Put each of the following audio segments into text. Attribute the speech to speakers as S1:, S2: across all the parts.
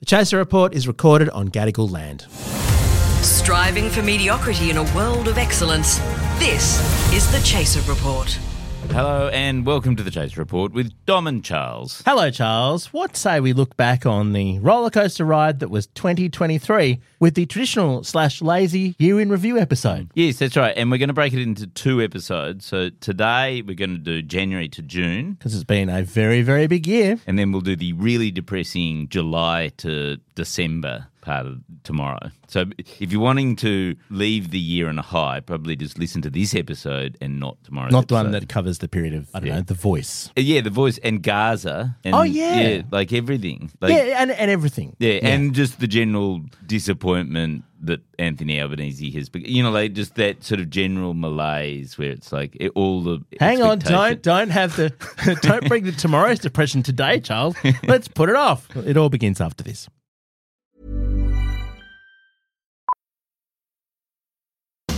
S1: The Chaser Report is recorded on Gadigal land.
S2: Striving for mediocrity in a world of excellence. This is the Chaser Report.
S3: Hello and welcome to the Chase Report with Dom and Charles.
S1: Hello, Charles. What say we look back on the roller coaster ride that was 2023 with the traditional slash lazy year in review episode?
S3: Yes, that's right. And we're going to break it into two episodes. So today we're going to do January to June,
S1: Because it's been a very, very big year.
S3: and then we'll do the really depressing July to December part of tomorrow. So if you're wanting to leave the year on a high, probably just listen to this episode and not tomorrow's
S1: Not the one
S3: episode. Uh,
S1: that covers the period of, I don't know, The Voice.
S3: Yeah, the voice and Gaza. And
S1: Oh, yeah.
S3: like everything. Like,
S1: yeah, and, and everything.
S3: Yeah, and just the general disappointment that Anthony Albanese has, bec- you know, like just that sort of general malaise where it's like it, all the
S1: Hang on,
S3: expectation-
S1: don't don't have the don't bring the tomorrow's depression today, Charles. Let's put it off. It all begins after this.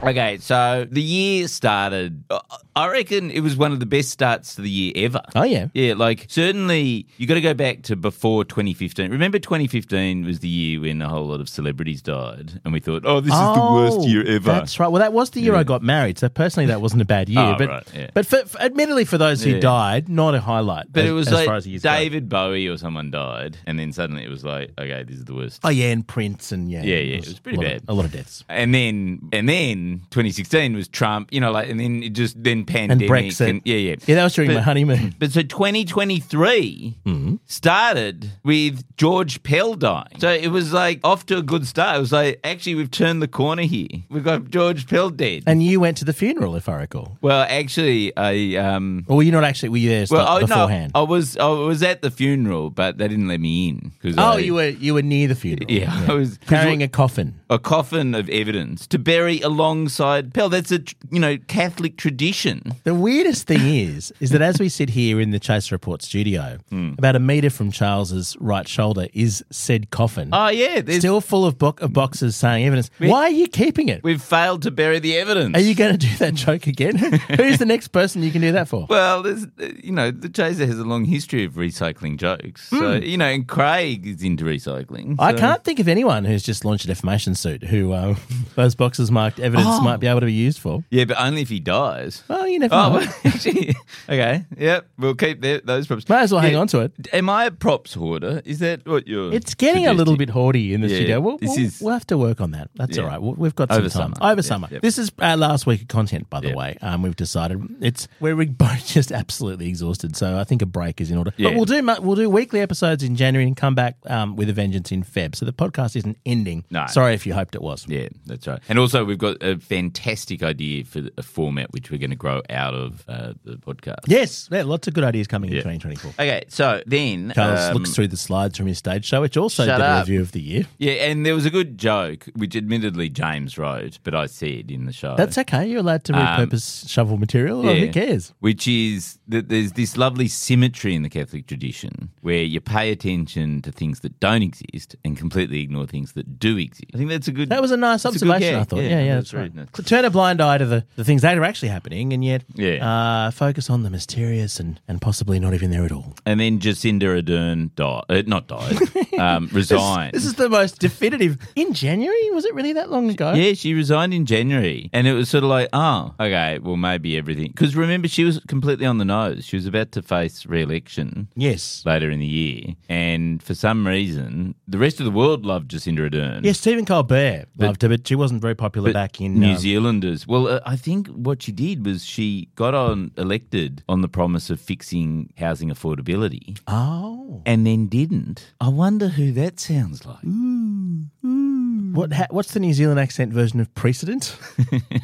S3: Okay, so the year started. I- I reckon it was one of the best starts to the year ever.
S1: Oh yeah.
S3: Yeah, like certainly you got to go back to before 2015. Remember, 2015 was the year when a whole lot of celebrities died, and we thought, oh, this is the worst year ever.
S1: That's right. Well, that was the year I got married, so personally, that wasn't a bad year.
S3: Oh,
S1: but
S3: right, yeah.
S1: but for, for- admittedly, for those who
S3: Yeah.
S1: died, not a highlight.
S3: But
S1: as,
S3: it was
S1: as
S3: like
S1: far as years go.
S3: David Bowie or someone died, and then suddenly it was like, okay, this is the worst.
S1: Oh yeah, and Prince and yeah,
S3: Yeah, yeah, it was pretty
S1: a lot
S3: bad.
S1: Of, a lot of deaths.
S3: And then, and then, 2016 was Trump, you know, like, and then it just then
S1: And
S3: pandemic
S1: Brexit.
S3: and- yeah, yeah,
S1: Yeah, that was during my Mm-hmm. honeymoon.
S3: But so 2023 started with George Pell dying. So it was like off to a good start. It was like actually we've turned the corner here. We've got George Pell dead.
S1: And you went to the funeral, if I recall.
S3: well, actually, I um,
S1: Or were you not actually? Were you there
S3: well, I,
S1: st- beforehand?
S3: no, I was I was at the funeral, but they didn't let me in because
S1: oh, you were you were near the funeral.
S3: Yeah, I was
S1: carrying a coffin.
S3: a coffin of evidence to bury alongside Pell. That's a tr- you know Catholic tradition.
S1: The weirdest thing is, is that as we sit here in the Chase Report studio,
S3: Hmm.
S1: about a meter from Charles's right shoulder is said coffin,
S3: Oh yeah, there's,
S1: still full of, bo- of boxes saying evidence. Why are you keeping it?
S3: we've failed to bury the evidence.
S1: Are you going to do that joke again? Who's the next person you can do that for?
S3: Well, there's, uh, you know, the Chaser has a long history of recycling jokes. So, you know, and Craig is into recycling.
S1: Hmm. I
S3: so-
S1: can't think of anyone who's just launched a defamation suit who uh, those boxes marked evidence
S3: Oh.
S1: might be able to be used for.
S3: Yeah, but only if he dies.
S1: Oh, you never
S3: Oh,
S1: know.
S3: well, actually, okay. Yep, we'll keep the, those props.
S1: Might as well hang
S3: Yeah.
S1: on to it.
S3: Am I a props hoarder? Is that what you're?
S1: It's getting a little bit haughty in the
S3: Yeah,
S1: studio. We'll,
S3: this
S1: we'll,
S3: is-
S1: we'll have to work on that. That's
S3: Yeah.
S1: all right. We- We've got some
S3: Over
S1: time.
S3: summer.
S1: Over
S3: Yeah,
S1: summer.
S3: yep.
S1: This is our last week of content, by the
S3: Yeah.
S1: way. Um, we've decided it's we're both just absolutely exhausted, so I think a break is in order. But
S3: Yeah.
S1: we'll do mo- we'll do weekly episodes in January and come back um, with a vengeance in Feb. So the podcast isn't ending.
S3: No.
S1: Sorry if you hoped it was.
S3: Yeah, that's right. And also, we've got a fantastic idea for a format which we're going to grow out of uh, the podcast.
S1: Yes, yeah, lots of good ideas coming
S3: Yeah.
S1: in 2024.
S3: Okay, so then
S1: Charles
S3: um,
S1: looks through the slides from his stage show, which also did
S3: Shut
S1: a
S3: up. Oh.
S1: review of the year.
S3: Yeah, and there was a good joke, which admittedly James wrote, but I said in the show.
S1: That's okay. You're allowed to repurpose shovel material. Or Who
S3: Um, Yeah.
S1: cares?
S3: Which is that there's this lovely symmetry in the Catholic tradition where you pay attention to things that don't exist and completely ignore things that do exist. I think that's a good.
S1: That was a nice
S3: that's good
S1: observation,
S3: gag.
S1: I thought. Yeah, yeah, that's,
S3: really
S1: right.
S3: nice.
S1: Turn a blind eye to the, the things that are actually happening and yet
S3: Yeah.
S1: uh, focus on the mysterious and, and possibly not even there at all.
S3: And then Jacinda Ardern died, uh, not died, um, resigned.
S1: This is the most definitive. In January? Was it really that long ago?
S3: yeah, she resigned in January, and it was sort of like, oh, okay, well, maybe everything. Because remember, she was completely on the nose. She was about to face re-election.
S1: Yes.
S3: later in the year. And for some reason, the rest of the world loved Jacinda Ardern.
S1: Yes, Stephen Colbert loved her, but she wasn't very popular
S3: But
S1: back in
S3: New
S1: um,
S3: Zealanders. Well, uh, I think what she did was she got on elected on the promise of fixing housing affordability,
S1: Oh.
S3: and then didn't. I wonder who that sounds like.
S1: What ha, what's the New Zealand accent version of precedent?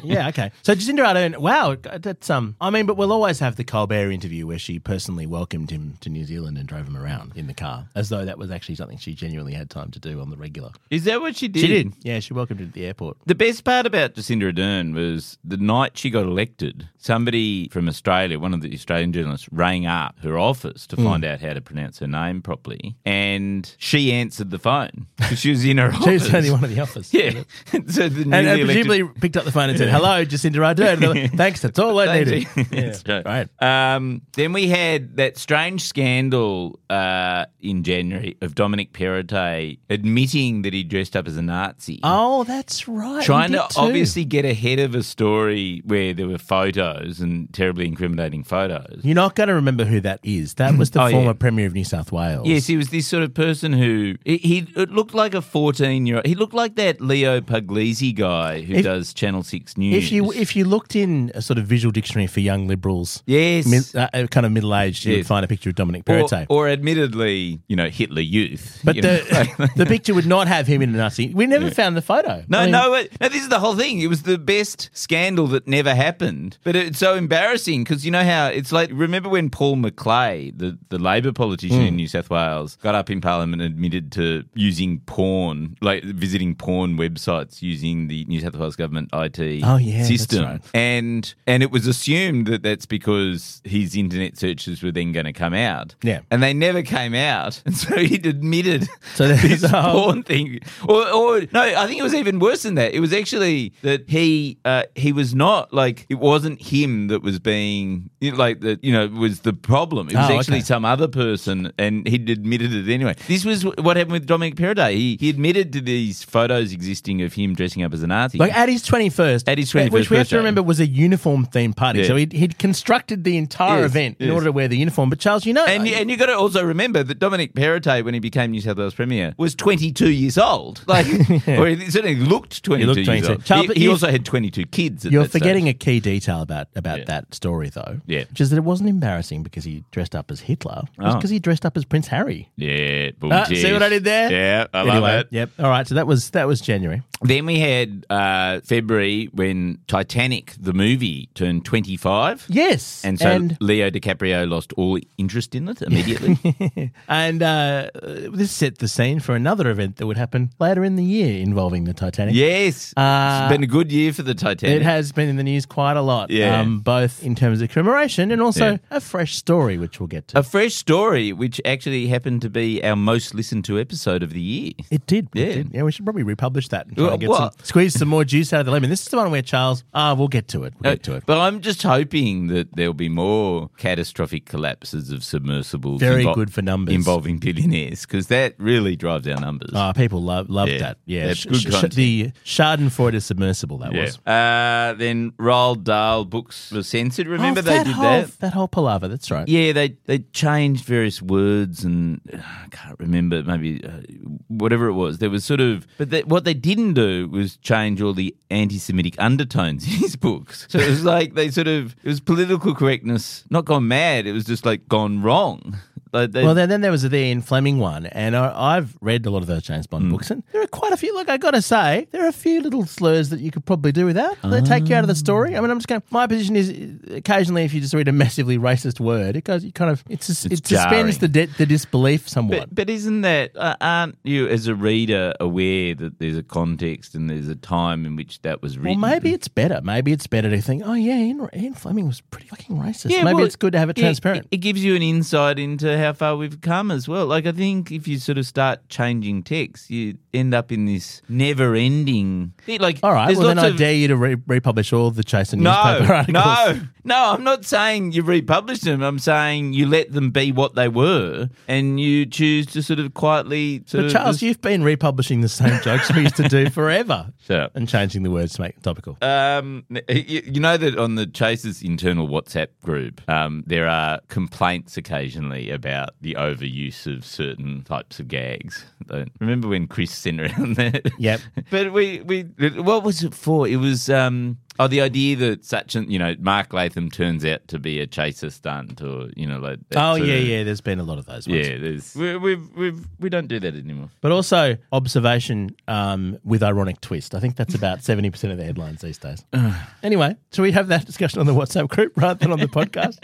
S1: yeah, okay. So Jacinda Ardern, wow, that's um. I mean, but we'll always have the Colbert interview where she personally welcomed him to New Zealand and drove him around in the car, as though that was actually something she genuinely had time to do on the regular.
S3: Is that what she did?
S1: She did, yeah. She welcomed him to the airport.
S3: The best part about Jacinda Ardern was the night she got elected, somebody from Australia, one of the Australian journalists, rang up her office
S1: Hmm.
S3: to find out how to pronounce her name properly. And she answered the phone 'cause she was in her
S1: She
S3: office.
S1: was only one of the office.
S3: Yeah. so the
S1: And,
S3: newly
S1: and
S3: elected-
S1: presumably picked up the phone and said, "Hello, Jacinda Ardern." And they're like, Thanks, that's all I needed.
S3: That's
S1: Yeah. Right.
S3: Um, then we had that strange scandal uh, in January of Dominic Perrottet admitting that he dressed up as a Nazi.
S1: Oh, that's right. he
S3: Trying
S1: did
S3: to
S1: too.
S3: obviously get ahead of a story where there were photos and terribly incriminating photos.
S1: You're not going to remember who that is. That was the
S3: Oh, yeah.
S1: former Premier of New South Wales.
S3: Yes, he was this sort of person who he, he it looked like a fourteen-year-old. He looked like that Leo Puglisi guy who
S1: If-
S3: does Channel Six News.
S1: If you if you looked in a sort of visual dictionary for young liberals,
S3: yes,
S1: mid, uh, uh, kind of middle aged, you would
S3: Yes.
S1: find a picture of Dominic
S3: or,
S1: Perrottet.
S3: or admittedly, you know Hitler Youth.
S1: but
S3: you know,
S1: the, the picture would not have him in a Nazi. We never found the photo.
S3: No,
S1: I mean,
S3: no, it, no. This is the whole thing. It was the best scandal that never happened, but it's so embarrassing because you know how it's like. Remember when Paul McClay, the, the Labor politician
S1: Hmm.
S3: in New South Wales, got up in Parliament and admitted to using porn, like visiting porn websites using the New South Wales government IT
S1: Oh, yeah, that's
S3: system,
S1: right.
S3: and and it was assumed that that's because his internet searches were then going to come out,
S1: Yeah.
S3: and they never came out, and so he admitted
S1: So there's
S3: this
S1: a whole-
S3: porn thing, or, or no, I think it was even worse than that. It was actually that he uh, he was not like it wasn't him that was being you know, like that. You know, was the problem. It was
S1: Oh,
S3: actually
S1: okay.
S3: some other person, and he'd admitted it anyway. This was wh- what happened with Dominic Perrottet. He he admitted to these photos existing of him dressing up as a Nazi.
S1: Like at his 21st.
S3: At his
S1: Which
S3: 21st
S1: we have to
S3: birthday.
S1: remember was a uniform themed party.
S3: Yeah.
S1: So he'd, he'd constructed the entire
S3: Yes,
S1: event in
S3: yes.
S1: order to wear the uniform. But Charles, you know. uh,
S3: and, and you got to also remember that Dominic Perrottet, when he became New South Wales Premier, was 22 years old. Like, or he certainly looked 22
S1: He looked
S3: years
S1: 22.
S3: old.
S1: Charles,
S3: he
S1: but
S3: he
S1: you-
S3: also had 22 kids. At
S1: You're
S3: that stage.
S1: forgetting a key detail about about
S3: Yeah.
S1: that story, though.
S3: Yeah.
S1: which is that it wasn't embarrassing because he dressed up as Hitler. It was
S3: Oh.
S1: because he dressed up as Prince Harry.
S3: Yeah, boom,
S1: Ah, see what I did there?
S3: Yeah, I
S1: anyway,
S3: love it.
S1: Yep. All right. So that was that was January.
S3: Then we had uh, February when Titanic, the movie, turned 25.
S1: Yes.
S3: And so
S1: and,
S3: Leo DiCaprio lost all interest in it immediately.
S1: and, uh, this set the scene for another event that would happen later in the year involving the Titanic.
S3: yes.
S1: Uh,
S3: it's been a good year for the Titanic.
S1: It has been in the news quite a lot, um,
S3: Yeah.
S1: both in terms of commemoration and also
S3: Yeah.
S1: a fresh story, which we'll get to.
S3: a fresh story, which actually happened to be our most listened to episode of the year.
S1: It did. Yeah.
S3: Yeah.
S1: did. Yeah, we should probably republish that and try
S3: Well,
S1: and get
S3: what?
S1: some, squeeze some more juice out of the lemon. This is the one where Charles, ah, we'll get to it. We'll get to it.
S3: Uh, But I'm just hoping that there'll be more catastrophic collapses of submersibles.
S1: Very good for numbers.
S3: Involving billionaires, because that really drives our numbers.
S1: Ah, people love loved
S3: Yeah,
S1: that. Yeah,
S3: that's good content.
S1: the Schadenfreude is submersible. That was.
S3: Uh, then Roald Dahl books were censored. Remember
S1: Oh,
S3: they did
S1: whole,
S3: that?
S1: That whole palaver. That's right.
S3: Yeah, they they changed various words and uh, I can't remember. Maybe uh, whatever it was, there was sort of. But they, what they didn't do was change all the anti-Semitic undertones in his books. So it was like they sort of it was political correctness, not gone mad. It was just like gone wrong. Like they,
S1: Well, then, then there was the Ian Fleming one, and I, I've read a lot of those James
S3: Hmm.
S1: Bond books, and there are quite a few. Like I got to say, there are a few little slurs that you could probably do without.
S3: Ah.
S1: They take you out of the story. I mean, I'm just going. to My position is, uh, occasionally, if you just read a massively racist word, it goes. You kind of it, sus-
S3: It's
S1: it suspends
S3: jarring.
S1: the de- the disbelief somewhat.
S3: But, but isn't that, uh, aren't you as a reader aware that there's a context and there's a time in which that was
S1: well,
S3: written?
S1: maybe it's better. Maybe it's better to think, oh yeah, Ian, Ian Fleming was pretty fucking racist. maybe
S3: well,
S1: it's good to have it
S3: yeah,
S1: transparent.
S3: It, it gives you an insight into how far we've come as well. Like I think if you sort of start changing text, you end up in this never-ending. Like
S1: all right,
S3: there's
S1: well then
S3: lots
S1: I
S3: of-
S1: dare you to re- republish all the Chaser newspaper
S3: no,
S1: articles.
S3: no, no. I'm not saying you republish them. I'm saying you let them be what they were, and you choose to sort of quietly. Sort
S1: But
S3: of
S1: Charles,
S3: just-
S1: you've been republishing the same jokes we used to do forever.
S3: Shut up.
S1: And changing the words to make it topical.
S3: Um, you, you know that on the Chasers internal WhatsApp group, um, there are complaints occasionally about the overuse of certain types of gags. Don't- Remember when Chris sent around that?
S1: Yep.
S3: But we, we what was it for? It was um, Oh, the idea that such an you know Mark Latham turns out to be a chaser stunt, or you know like that
S1: Oh
S3: sort
S1: yeah,
S3: of-
S1: yeah. There's been a lot of those. Ones.
S3: yeah. There's we we've, we've we don't do that anymore.
S1: But also observation um, with ironic twist. I think that's about seventy percent of the headlines these days. anyway, so we have that discussion on the WhatsApp group rather than on the podcast.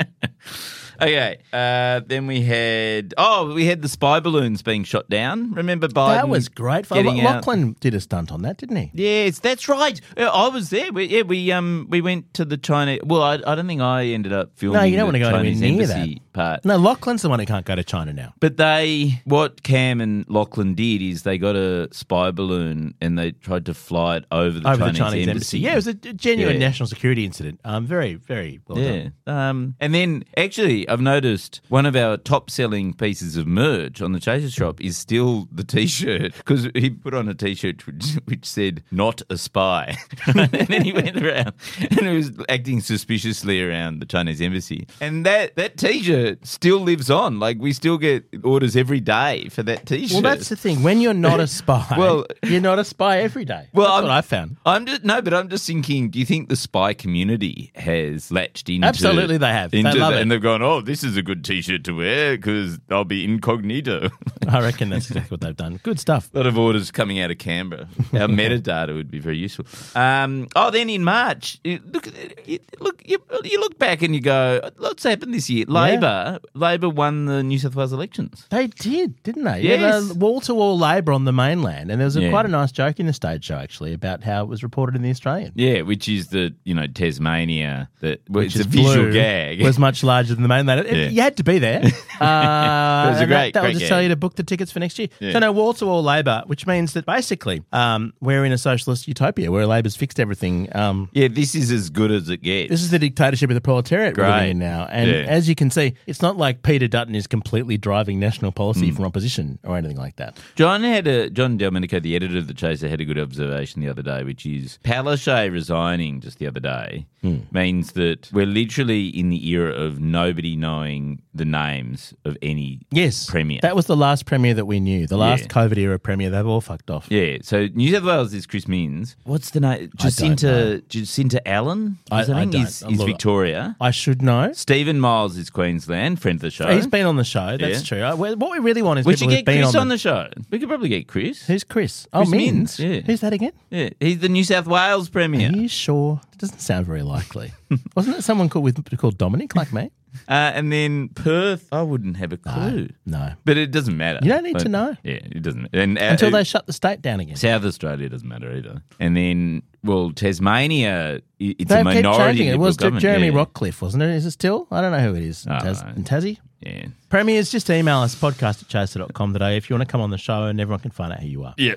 S3: Okay, uh, then we had oh we had the spy balloons being shot down. Remember Biden?
S1: that was great. Fun.
S3: getting out-
S1: Lachlan did a stunt on that, didn't he?
S3: Yes, that's right. Uh, I was there. We, yeah, we um we went to the China. Well, I, I don't think I ended up filming.
S1: No, you don't
S3: the
S1: want to go anywhere
S3: Chinese
S1: near
S3: embassy
S1: that.
S3: part.
S1: No, Lachlan's the one who can't go to China now.
S3: But they, what Cam and Lachlan did is they got a spy balloon and they tried to fly it over the,
S1: over
S3: Chinese,
S1: the Chinese embassy. Yeah, it was a genuine
S3: Yeah.
S1: national security incident. Um, very, very well
S3: Yeah.
S1: done.
S3: Um, and then actually, I've noticed one of our top selling pieces of merch on the Chaser Shop is still the t shirt because he put on a t shirt which, which said, Not a spy. and then he went around and he was acting suspiciously around the Chinese embassy. And that, that t shirt still lives on. Like, we still get orders every day for that t
S1: Well,
S3: shirt.
S1: that's the thing. When you're not a spy,
S3: Well-
S1: you're not a spy every day.
S3: Well,
S1: that's
S3: I'm-
S1: what I found.
S3: I'm just no, but I'm just thinking. Do you think the spy community has latched into?
S1: Absolutely they have. They
S3: into
S1: love
S3: that,
S1: it.
S3: and they've gone. Oh, this is a good T-shirt to wear because I'll be incognito.
S1: I reckon that's exactly what they've done. Good stuff.
S3: a lot of orders coming out of Canberra. Our metadata would be very useful. Um, oh, then in March, you- look, you, look, you, you look back and you go, lots happened this year. Labor, Labor won the New South Wales elections.
S1: They did, didn't they?
S3: Yes.
S1: Wall to wall labour on the mainland, and there was a,
S3: Yeah.
S1: quite a nice joke in the stage show actually about how it was reported in the Australian.
S3: Yeah, which is the you know Tasmania that
S1: Which
S3: which it's
S1: is
S3: a visual
S1: blue,
S3: gag.
S1: was much larger than the mainland. It-
S3: Yeah.
S1: You had to be there. Uh,
S3: was a
S1: and that,
S3: great-
S1: that will
S3: great
S1: just tell
S3: gag.
S1: you to book the tickets for next year.
S3: Yeah.
S1: So no wall to wall labour, which means that basically um, we're in a socialist utopia where labour's fixed everything. Um,
S3: yeah, this is as good as it gets.
S1: This is the dictatorship of the proletariat we're
S3: Great.
S1: living in now. And
S3: Yeah.
S1: as you can see, it's not like Peter Dutton is completely driving national policy from opposition or anything like that.
S3: John had a John Delmonico, the editor of the Chaser, had a good observation the other day, which is Palaszczuk resigning just the other day
S1: Hmm.
S3: means that we're literally in the era of nobody knowing the names of any
S1: Yes.
S3: premier.
S1: That was the last premier that we knew, the last
S3: Yeah.
S1: COVID era premier. They've all fucked off.
S3: yeah, so New South Wales is Chris Minns. What's the name?
S1: I don't know.
S3: Jacinta Jacinta Allen.
S1: I-
S3: is her
S1: I
S3: name?
S1: don't-
S3: is,
S1: I'm
S3: is
S1: not-
S3: Victoria.
S1: I should know.
S3: Stephen Miles is Queensland, friend of the show.
S1: He's been on the show. That's
S3: Yeah.
S1: true. I, well, what we really want is
S3: we
S1: people
S3: should
S1: who've
S3: get
S1: been
S3: Chris
S1: on, the.
S3: show. We could probably get Chris.
S1: Who's Chris? Oh,
S3: Chris
S1: Minns.
S3: Minns, yeah.
S1: Who's that again?
S3: Yeah, he's the New South Wales premier.
S1: Are you sure? It doesn't sound very likely. Wasn't it someone called with called Dominic, like me?
S3: Uh, and then Perth, I wouldn't have a clue.
S1: No.
S3: But it doesn't matter.
S1: You don't need to
S3: But-
S1: know.
S3: Yeah, it doesn't. And uh,
S1: Until they
S3: uh,
S1: shut the state down again.
S3: South Australia doesn't matter either. And then, well, Tasmania, i- it's
S1: They've
S3: a
S1: kept
S3: minority.
S1: changing it. It
S3: Liberal
S1: was
S3: government.
S1: Jeremy
S3: yeah.
S1: Rockcliffe, wasn't it? Is it still? I don't know who it is.
S3: Oh,
S1: Taz-
S3: right.
S1: in Tassie?
S3: Yeah.
S1: Premiers, just email us podcast at chaser.com today if you want to come on the show and everyone can find out who you are.
S3: Yeah.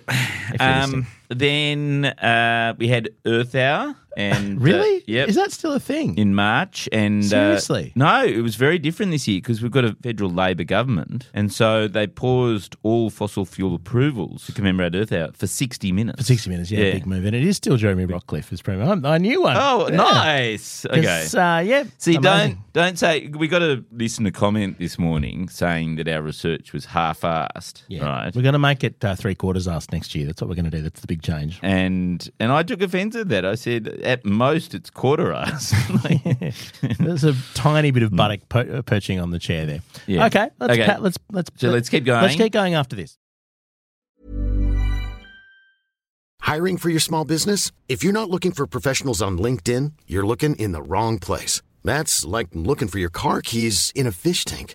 S1: you're
S3: Um, then uh, we had Earth Hour, and
S1: Really?
S3: Uh, yep.
S1: Is that still a thing?
S3: in March. And uh,
S1: Seriously?
S3: no, it was very different this year because we've got a federal Labor government, and so they paused all fossil fuel approvals to commemorate Earth Hour for sixty minutes.
S1: For 60 minutes, yeah, big move. And it is still Jeremy Rockcliffe as Premier. I'm- I knew one.
S3: Oh,
S1: Yeah.
S3: nice.
S1: 'Cause,
S3: Okay.
S1: Uh, yeah.
S3: See,
S1: amazing.
S3: don't don't say we got a listener comment this morning saying that our research was half-assed,
S1: Yeah.
S3: right?
S1: We're going to make it uh, three quarters asked next year. That's what we're going to do. That's the big change.
S3: And and I took offence at that. I said at most it's quarter-assed. Like-
S1: There's a tiny bit of buttock per- uh, perching on the chair there.
S3: Hmm. Yeah.
S1: Okay. Let's,
S3: Okay.
S1: Pat, let's, let's,
S3: So let's keep
S1: Let's
S3: going.
S1: keep going after this.
S4: Hiring for your small business? If you're not looking for professionals on LinkedIn, you're looking in the wrong place. That's like looking for your car keys in a fish tank.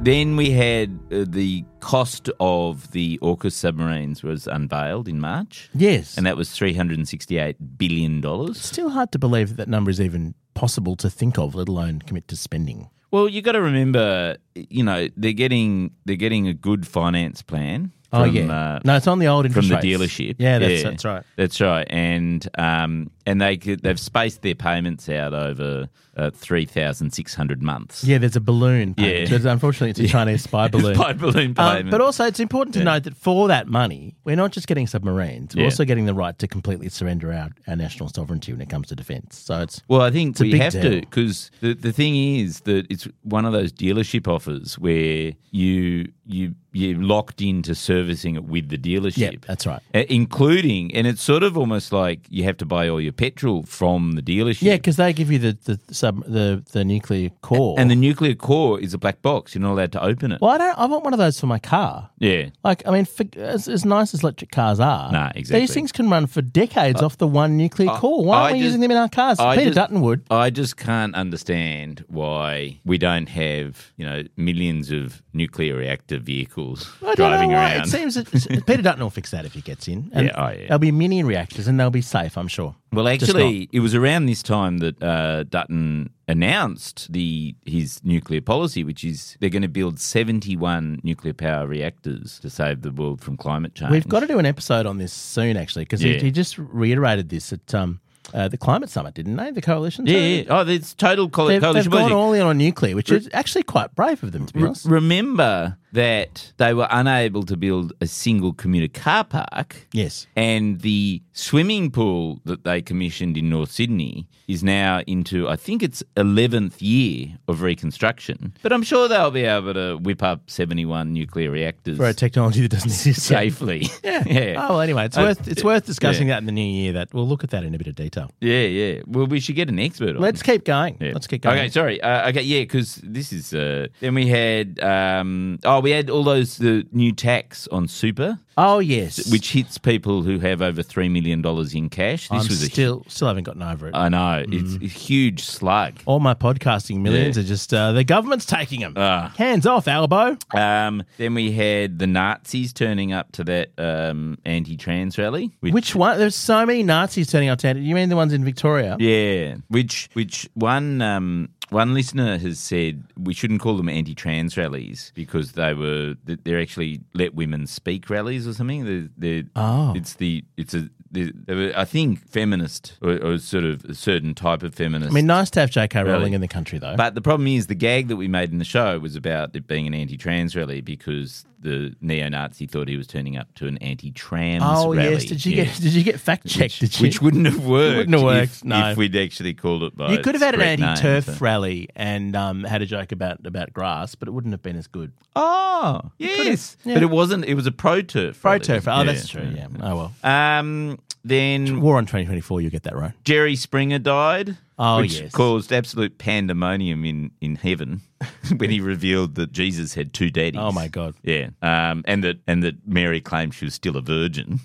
S3: then we had uh, the cost of the AUKUS submarines was unveiled in March,
S1: Yes.
S3: and that was three hundred and sixty-eight billion dollars.
S1: Still hard to believe that that number is even possible to think of, let alone commit to spending.
S3: Well, you got to remember, you know, they're getting they're getting a good finance plan.
S1: oh
S3: from,
S1: yeah,
S3: uh,
S1: no, it's on the old
S3: from
S1: interest
S3: the
S1: rates.
S3: dealership.
S1: Yeah, that's, that's right.
S3: That's right. And um, and they could, they've spaced their payments out over uh, three thousand six hundred months.
S1: Yeah, there's a balloon. payment.
S3: Yeah.
S1: There's- unfortunately, it's a Chinese spy balloon.
S3: By balloon
S1: Um,
S3: payment.
S1: but also, it's important to note that for that money, we're not just getting submarines; we're
S3: Yeah.
S1: also getting the right to completely surrender our, our national sovereignty when it comes to defence. So it's
S3: Well, I think
S1: a
S3: we
S1: big
S3: have to
S1: deal.
S3: because the, the thing is that it's one of those dealership offers where you you you're locked into servicing it with the dealership.
S1: yeah, that's right.
S3: Uh, including, and it's sort of almost like you have to buy all your petrol from the dealership.
S1: Yeah, because they give you the the sub the, the nuclear core.
S3: and the nuclear core is a black box. You're not allowed to open it.
S1: well, I don't. I want one of those for my car.
S3: Yeah.
S1: Like, I mean, for, as, as nice as electric cars are,
S3: Nah, exactly. Uh,
S1: these things can run for decades off the one nuclear core. Why aren't
S3: I
S1: we
S3: just-
S1: using them in our cars?
S3: I
S1: Peter
S3: just-
S1: Dutton would.
S3: I just can't understand why we don't have, you know, millions of nuclear reactor vehicles
S1: I don't
S3: driving
S1: know why.
S3: around.
S1: It seems that Peter Dutton will fix that if he gets in. And
S3: Yeah, oh, yeah.
S1: There'll be mini reactors and they'll be safe, I'm sure.
S3: Well,
S1: Just
S3: actually, it was around this time that uh, Dutton announced the his nuclear policy, which is they're going to build seventy-one nuclear power reactors to save the world from climate change.
S1: We've got to do an episode on this soon, actually, because
S3: Yeah.
S1: he, he just reiterated this at um, uh, the climate summit, didn't they? The coalition.
S3: yeah,
S1: summit?
S3: yeah. Oh, it's total co-
S1: They've,
S3: coalition
S1: they've gone
S3: policy.
S1: all in on nuclear, which is actually quite brave of them, to be
S3: Re-
S1: honest.
S3: Remember that they were unable to build a single commuter car park.
S1: Yes.
S3: And the swimming pool that they commissioned in North Sydney is now into, I think it's 11th year of reconstruction. But I'm sure they'll be able to whip up 71 nuclear reactors
S1: For a technology that doesn't exist yet.
S3: safely.
S1: Yeah. Oh well. Anyway, it's
S3: Uh,
S1: worth it's worth discussing
S3: yeah.
S1: that in the new year. That we'll look at that in a bit of detail.
S3: Yeah, yeah. Well, we should get an expert on
S1: Let's
S3: it.
S1: keep going.
S3: Yeah.
S1: Let's keep going.
S3: Okay, sorry. Uh, okay, yeah, because this is. Uh, then we had. Um, oh, we had all those the new tax on super.
S1: oh yes.
S3: which hits people who have over three million dollars in cash. This
S1: I'm
S3: was a
S1: still Mm-hmm. still haven't gotten over it.
S3: I know it's a huge slug.
S1: Uh, All my podcasting millions
S3: Yeah.
S1: are just uh, the government's taking them.
S3: Ah.
S1: Hands off, Albo.
S3: Um, then we had the Nazis turning up to that um, anti-trans rally,
S1: Which one? There's so many Nazis turning up town. You mean the ones in Victoria?
S3: Yeah, which which one um, one listener has said we shouldn't call them anti-trans rallies because they were that they're actually let women speak rallies or something. They're, they're,
S1: Oh.
S3: it's the it's a they they were, I think feminist or, or sort of a certain type of feminist.
S1: I mean, nice to have J.K. Rowling
S3: Really?
S1: in the country, though.
S3: But the problem is the gag that we made in the show was about it being an anti-trans rally because the neo-Nazi thought he was turning up to an anti-trans
S1: oh
S3: rally.
S1: yes, did you
S3: Yeah.
S1: get did you get fact checked? Did you?
S3: Which wouldn't have worked.
S1: wouldn't have worked,
S3: If,
S1: no.
S3: if we'd actually called it by
S1: you could have
S3: its
S1: had an
S3: correct name,
S1: anti-turf
S3: so-
S1: rally and um, had a joke about about grass, but it wouldn't have been as good.
S3: Oh, yes.
S1: yeah.
S3: But it wasn't. It was a pro-turf.
S1: Pro
S3: rally.
S1: turf. Oh, that's true. Yeah. Oh well.
S3: Um, then
S1: War on 2024. You get that right.
S3: Jerry Springer died.
S1: Oh,
S3: which
S1: yes.
S3: caused absolute pandemonium in, in heaven when he revealed that Jesus had two daddies.
S1: Oh my God.
S3: Yeah, um, and that and that Mary claimed she was still a virgin.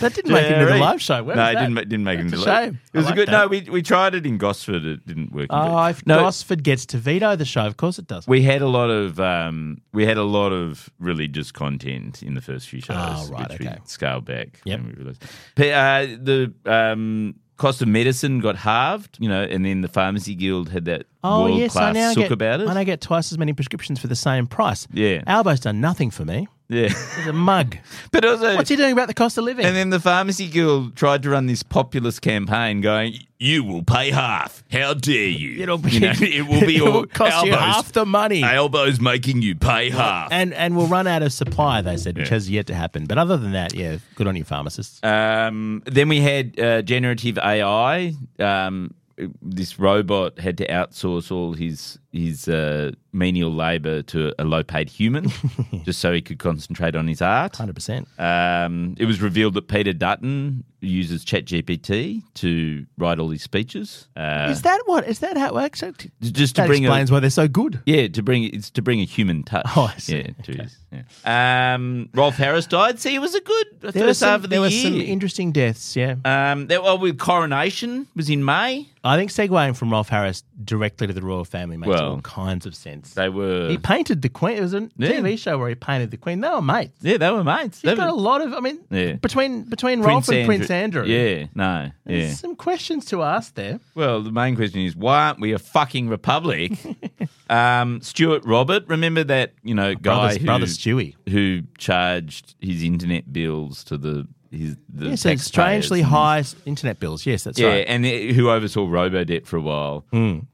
S1: That didn't make it into the live show. Where
S3: no,
S1: was
S3: it
S1: that?
S3: didn't. ma- Didn't make
S1: That's
S3: it into
S1: a
S3: the
S1: shame.
S3: It was
S1: I
S3: a
S1: like
S3: good.
S1: that.
S3: No, we we tried it in Gosford. It didn't work. in
S1: Oh,
S3: Gosford.
S1: if
S3: no,
S1: Gosford gets to veto the show, of course it does.
S3: we had a lot of um, we had a lot of religious content in the first few shows,
S1: Oh, right,
S3: which
S1: okay.
S3: we scaled back.
S1: Yep.
S3: when we realised. P- uh, the um, cost of medicine got halved, you know, and then the pharmacy guild had that
S1: Oh
S3: world
S1: yes, I
S3: class
S1: now
S3: sook
S1: get
S3: about it.
S1: I now get twice as many prescriptions for the same price.
S3: Yeah.
S1: Albo's done nothing for me.
S3: yeah,
S1: He's a mug.
S3: but also,
S1: What's he doing about the cost of living?
S3: and then the pharmacy guild tried to run this populist campaign, going, "You will pay half. How dare you?
S1: It'll be-
S3: you know, it will be
S1: it
S3: all
S1: will cost you
S3: elbows-
S1: half the money."
S3: Elbows making you pay half."
S1: and and we'll run out of supply, they said, which
S3: Yeah.
S1: has yet to happen. But other than that, yeah, good on you, pharmacists.
S3: Um, then we had uh, generative AI. Um, this robot had to outsource all his his uh, menial labor to a low paid human, just so he could concentrate on his art.
S1: Hundred percent.
S3: Um, it was revealed that Peter Dutton uses ChatGPT to write all his speeches. Uh,
S1: Is that what? Is that how it works? That
S3: just to bring a,
S1: explains why they're so good.
S3: yeah, to bring it's to bring a human touch.
S1: Oh, I see.
S3: Yeah, to his, yeah. Um, Rolf Harris died. See, it was a good
S1: There were
S3: first half
S1: some,
S3: of the
S1: there were
S3: year.
S1: some interesting deaths. Yeah,
S3: Um, there, well, with coronation was in May.
S1: I think segueing from Rolf Harris directly to the royal family makes
S3: Well,
S1: all kinds of sense.
S3: They were,
S1: He painted the Queen. It was a
S3: Yeah.
S1: TV show where he painted the Queen. They were mates.
S3: yeah, they were mates.
S1: He's
S3: They
S1: got a
S3: were,
S1: lot of. I mean,
S3: Yeah.
S1: between between Rolf and Prince Andrew.
S3: Yeah, no,
S1: There's
S3: yeah.
S1: some questions to ask there.
S3: Well, the main question is why aren't we a fucking republic? um, Stuart Robert, remember that you know guy
S1: Brothers,
S3: who
S1: brother Stewie.
S3: who charged his internet bills to the his the
S1: Yes, and
S3: taxpayers
S1: strangely
S3: and-
S1: high s- internet bills. Yes, that's
S3: Yeah,
S1: right.
S3: and it- who oversaw Robodebt for a while,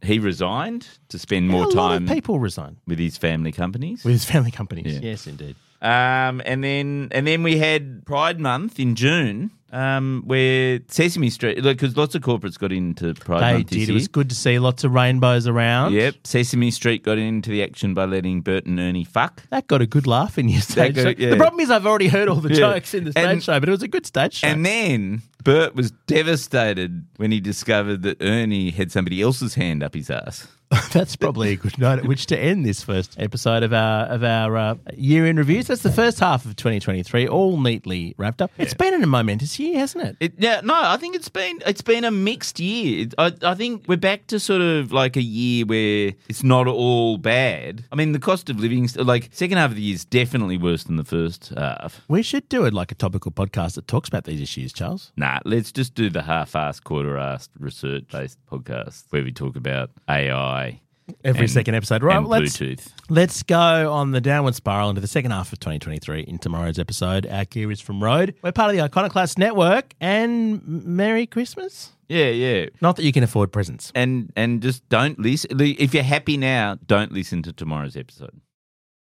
S3: he resigned to spend more
S1: Hmm. a lot of
S3: time
S1: people resign
S3: with his family companies.
S1: with his family companies.
S3: Yeah.
S1: Yes, indeed.
S3: Um, and then and then we had Pride Month in June, um, where Sesame Street, because lots of corporates got into Pride
S1: They
S3: Month this
S1: did. It
S3: year.
S1: was good to see lots of rainbows around.
S3: Yep, Sesame Street got into the action by letting Bert and Ernie fuck.
S1: That got a good laugh in your stage
S3: got-
S1: show.
S3: yeah.
S1: The problem is I've already heard all the
S3: Yeah.
S1: jokes in the stage
S3: And-
S1: show, but it was a good stage show.
S3: And then Bert was devastated when he discovered that Ernie had somebody else's hand up his ass.
S1: That's probably a good note at which to end this first episode of our of our uh, year in reviews. That's the first half of 2023, all neatly wrapped up. It's been a momentous year, hasn't it?
S3: It, yeah, no, I think it's been it's been a mixed year. It- I, I think we're back to sort of like a year where it's not all bad. I mean, the cost of living, like second half of the year is definitely worse than the first half.
S1: We should do it like a topical podcast that talks about these issues, Charles.
S3: Nah, let's just do the half-assed, quarter-assed, research-based podcast where we talk about AI
S1: Every
S3: And-
S1: second episode, right?
S3: and
S1: well, let's
S3: Bluetooth.
S1: let's go on the downward spiral into the second half of 2023. In tomorrow's episode, our gear is from Road. We're part of the Iconoclast Network, and m- Merry Christmas.
S3: Yeah, yeah.
S1: Not that you can afford presents.
S3: And and just don't listen. If you're happy now, don't listen to tomorrow's episode.